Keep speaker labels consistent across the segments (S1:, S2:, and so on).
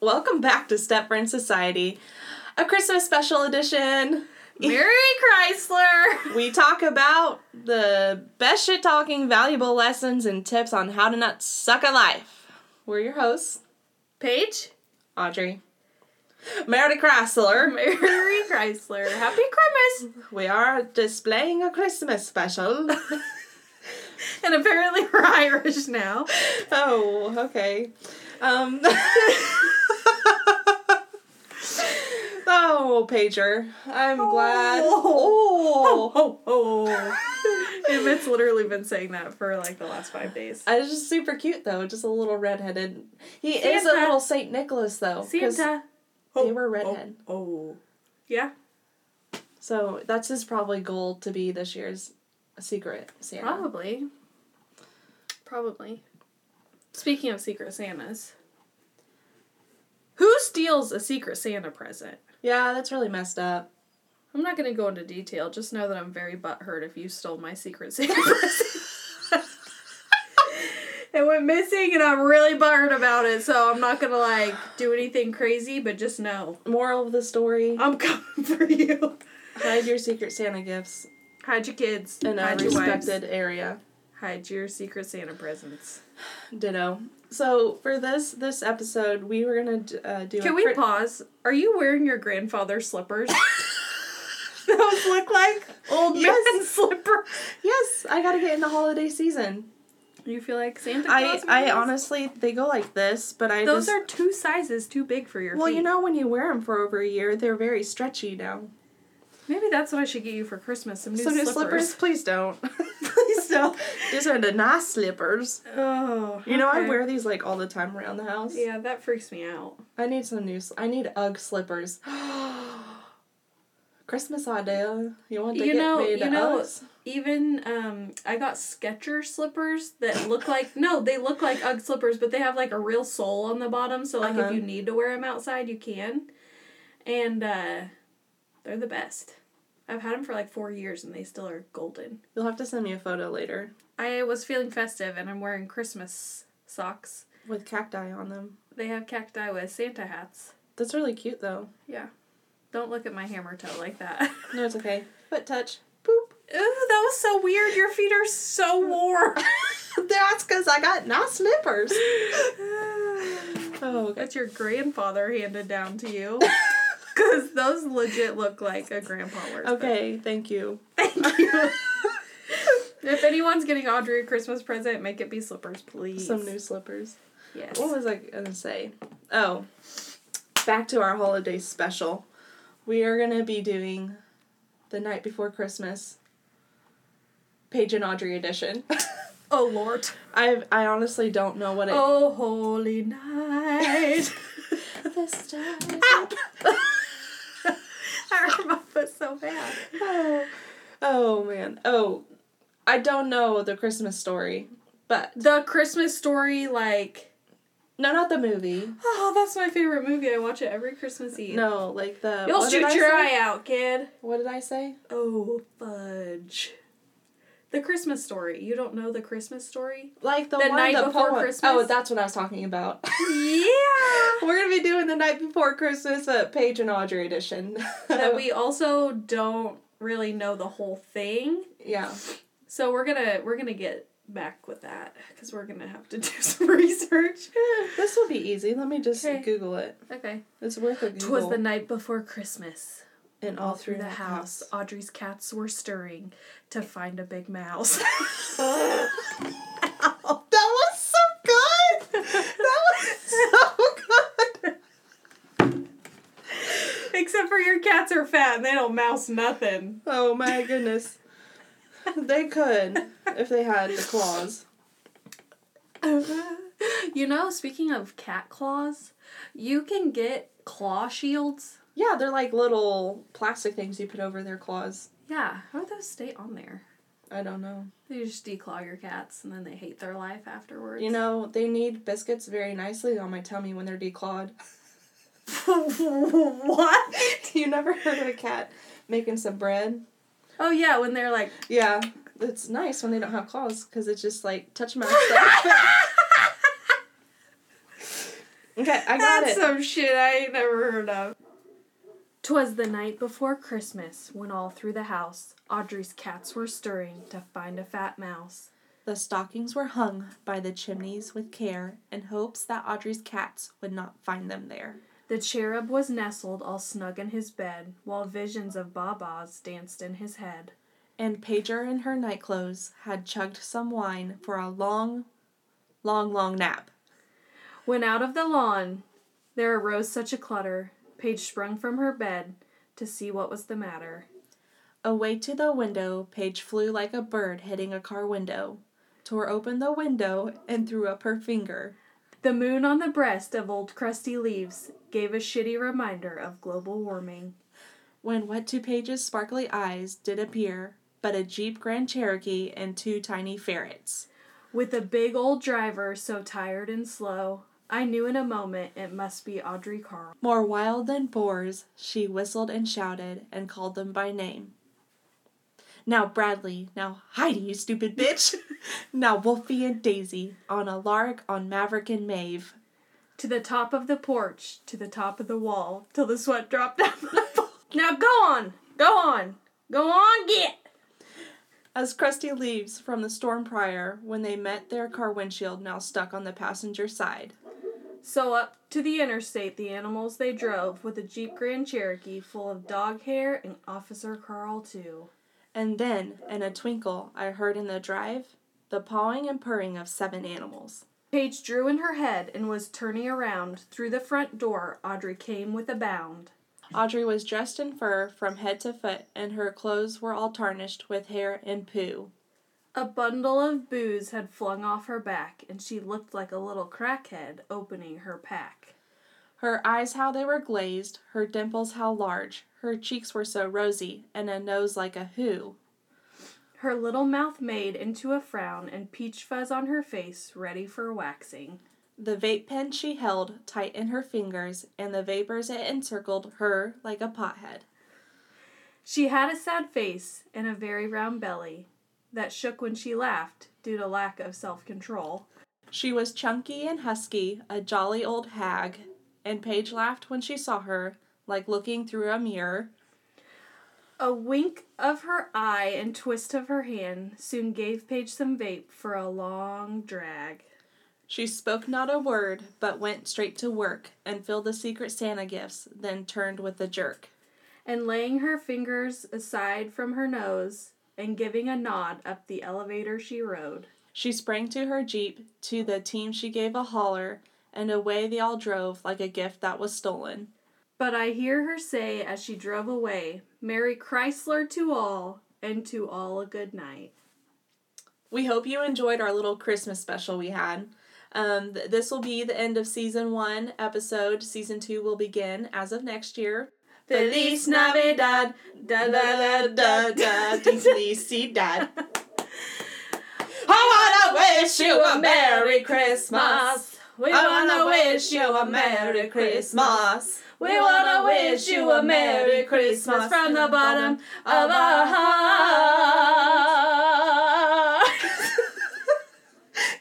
S1: Welcome back to Stepfriend Society, a Christmas special edition.
S2: Mary Chrysler.
S1: We talk about the best shit talking, valuable lessons, and tips on how to not suck at life. We're your hosts,
S2: Paige.
S1: Audrey, Meredith Chrysler.
S2: Mary Chrysler. Happy Christmas.
S1: We are displaying a Christmas special.
S2: And apparently we're Irish now.
S1: oh, okay. Um. oh, Pager. I'm glad.
S2: Oh.
S1: Oh.
S2: Oh, oh. Emmett's literally been saying that for like the last five days.
S1: I was just super cute though, just a little redheaded. He is a
S2: Santa.
S1: little Saint Nicholas though, 'cause they were redhead.
S2: Oh, oh. Yeah,
S1: So that's his probably goal to be this year's secret Santa.
S2: probably. Probably. Speaking of Secret Santas, who steals a Secret Santa present?
S1: Yeah, that's really messed up.
S2: I'm not gonna go into detail. Just know that I'm very butthurt if you stole my secret Santa present. it went missing, and I'm really butthurt about it. So I'm not gonna like do anything crazy, but just know
S1: Moral of the story:
S2: I'm coming for you.
S1: hide your secret Santa gifts
S2: Hide your kids.
S1: in a
S2: hide your wives.
S1: respected area.
S2: Hide your secret Santa presents.
S1: Ditto. So for this this episode, we were gonna d- uh, do. a
S2: Can we
S1: crit-
S2: pause? Are you wearing your grandfather's slippers? Those look like old
S1: Yes.
S2: man slippers.
S1: Yes, I gotta get in the holiday season.
S2: You feel like Santa
S1: I
S2: Claus?
S1: I
S2: movies?
S1: honestly they go like this, but I
S2: Those
S1: just,
S2: are two sizes too big for your
S1: well,
S2: feet.
S1: you know, when you wear them for over a year, they're very stretchy now.
S2: Maybe that's what I should get you for Christmas. Some new
S1: So do
S2: slippers.
S1: slippers, please don't.
S2: Please don't.
S1: These are the nice slippers.
S2: Oh.
S1: You know, I
S2: okay.
S1: wear these like all the time around the house.
S2: Yeah, that freaks me out.
S1: I need some new. Sl- I need UGG slippers. Christmas idea. You want to
S2: You
S1: get
S2: know-
S1: me
S2: you
S1: the
S2: know-
S1: Uggs?
S2: Even um, I got Skechers slippers that look like no, they look like UGG slippers, but they have like a real sole on the bottom. So like
S1: Uh-huh.
S2: if you need to wear them outside, you can. And uh, they're the best. I've had them for like four years, and they still are golden.
S1: You'll have to send me a photo later
S2: I was feeling festive, and I'm wearing Christmas socks.
S1: with cacti on them.
S2: They have cacti with Santa hats.
S1: That's really cute though.
S2: Yeah. Don't look at my hammer toe like that.
S1: No, it's okay. Foot touch. Boop.
S2: Ooh, that was so weird. Your feet are so warm.
S1: That's because I got nice slippers. Oh, okay.
S2: That's your grandfather handed down to you. Because those legit look like a grandpa wears. them.
S1: okay. Thank you.
S2: Thank you. if anyone's getting Audrey a Christmas present, make it be slippers, please.
S1: Some new slippers.
S2: Yes.
S1: What was I gonna say? Oh, back to our holiday special. We are gonna be doing the night before Christmas, Paige and Audrey edition.
S2: Oh, Lord.
S1: I I honestly don't know what it.
S2: Oh, holy night.
S1: This time.
S2: I hurt my foot so bad.
S1: Oh, oh man. Oh, I don't know the Christmas story, but
S2: The Christmas story, like.
S1: no, not the movie.
S2: Oh, that's my favorite movie. I watch it every Christmas Eve.
S1: No, like the.
S2: You'll
S1: what did
S2: shoot
S1: I
S2: your
S1: say?
S2: eye out, kid.
S1: What did I say?
S2: Oh, fudge. The Christmas story. You don't know the Christmas story?
S1: Like the,
S2: The
S1: one,
S2: night
S1: the
S2: before
S1: poem-
S2: Christmas?
S1: Oh, that's what I was talking about.
S2: Yeah.
S1: We're gonna be doing the night before Christmas, uh, Paige and Audrey edition.
S2: that we also don't really know the whole thing.
S1: yeah,
S2: So we're going to we're going to get back with that cuz we're going to have to do some research.
S1: this will be easy. Let me just
S2: Okay.
S1: Google it.
S2: okay.
S1: It's worth a Google.
S2: Twas the night before Christmas.
S1: and all through
S2: the house, Audrey's cats were stirring to find a big mouse.
S1: That was so good. That was so good.
S2: Except for your cats are fat and they don't mouse nothing.
S1: Oh my goodness. They could if they had the claws.
S2: you know, speaking of cat claws, you can get claw shields.
S1: Yeah, they're like little plastic things you put over their claws.
S2: Yeah, how do those stay on there?
S1: I don't know.
S2: They just declaw your cats and then they hate their life afterwards.
S1: You know, they need biscuits very nicely on my tummy when they're declawed.
S2: what?
S1: You never heard of a cat making some bread?
S2: Oh yeah, when they're like
S1: Yeah, it's nice when they don't have claws because it's just like touch my stuff. Okay, I got
S2: That's
S1: it.
S2: some shit I ain't never heard of. Twas the night before Christmas when all through the house Audrey's cats were stirring to find a fat mouse.
S1: The stockings were hung by the chimneys with care in hopes that Audrey's cats would not find them there.
S2: The cherub was nestled all snug in his bed while visions of babas danced in his head.
S1: And Pager in her nightclothes had chugged some wine for a long, long, long nap.
S2: When out of the lawn there arose such a clutter, Paige sprung from her bed to see what was the matter.
S1: Away to the window, Paige flew like a bird hitting a car window, tore open the window, and threw up her finger.
S2: The moon on the breast of old crusty leaves gave a shitty reminder of global warming.
S1: When what to Paige's sparkly eyes did appear, but a Jeep Grand Cherokee and two tiny ferrets.
S2: With a big old driver so tired and slow, I knew in a moment it must be Audrey Carl.
S1: More wild than boars, she whistled and shouted and called them by name. Now Bradley, now Heidi, you stupid bitch! now Wolfie and Daisy, on a lark on Maverick and Maeve.
S2: To the top of the porch, to the top of the wall, till the sweat dropped down my ball. Now go on, go on, go on, get!
S1: As crusty leaves from the storm prior when they met their car windshield now stuck on the passenger side.
S2: So up to the interstate, the animals they drove with a Jeep Grand Cherokee full of dog hair and Officer Carl too.
S1: And then, in a twinkle, I heard in the drive the pawing and purring of seven animals.
S2: Paige drew in her head and was turning around. Through the front door, Audrey came with a bound.
S1: Audrey was dressed in fur from head to foot, and her clothes were all tarnished with hair and poo.
S2: A bundle of booze had flung off her back, and she looked like a little crackhead opening her pack.
S1: Her eyes how they were glazed, her dimples how large, her cheeks were so rosy, and a nose like a who.
S2: Her little mouth made into a frown and peach fuzz on her face, ready for waxing.
S1: The vape pen she held tight in her fingers, and the vapors it encircled her like a pothead.
S2: She had a sad face and a very round belly that shook when she laughed due to lack of self control.
S1: She was chunky and husky, a jolly old hag, and Paige laughed when she saw her, like looking through a mirror.
S2: A wink of her eye and twist of her hand soon gave Paige some vape for a long drag.
S1: She spoke not a word, but went straight to work and filled the secret Santa gifts, then turned with a jerk.
S2: and laying her fingers aside from her nose and giving a nod up the elevator she rode.
S1: She sprang to her jeep, to the team she gave a holler, and away they all drove like a gift that was stolen.
S2: But I hear her say as she drove away, Merry Chrysler to all, and to all a good night.
S1: We hope you enjoyed our little Christmas special we had. Um, th- this will be the end of season one episode. Season two will begin as of next year. Feliz Navidad.
S2: Da
S1: da da da da felicidad. I wanna wish you a Merry Christmas.
S2: We
S1: I wanna wish you a Merry Christmas.
S2: We wanna wish you a Merry Christmas from the bottom of our hearts.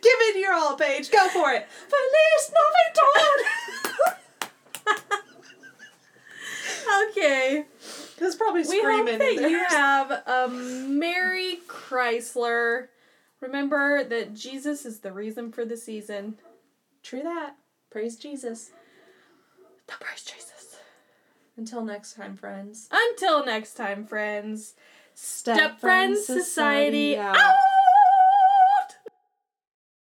S1: Give it your all, Paige. Go for it. Feliz Navidad.
S2: okay.
S1: That's probably
S2: We
S1: screaming.
S2: hope
S1: in
S2: that
S1: there.
S2: you have a Merry Chrysler. Remember that Jesus is the reason for the season.
S1: True that. Praise Jesus.
S2: The praise Jesus.
S1: Until next time, friends.
S2: Until next time, friends.
S1: Step,
S2: Step Friends Society out.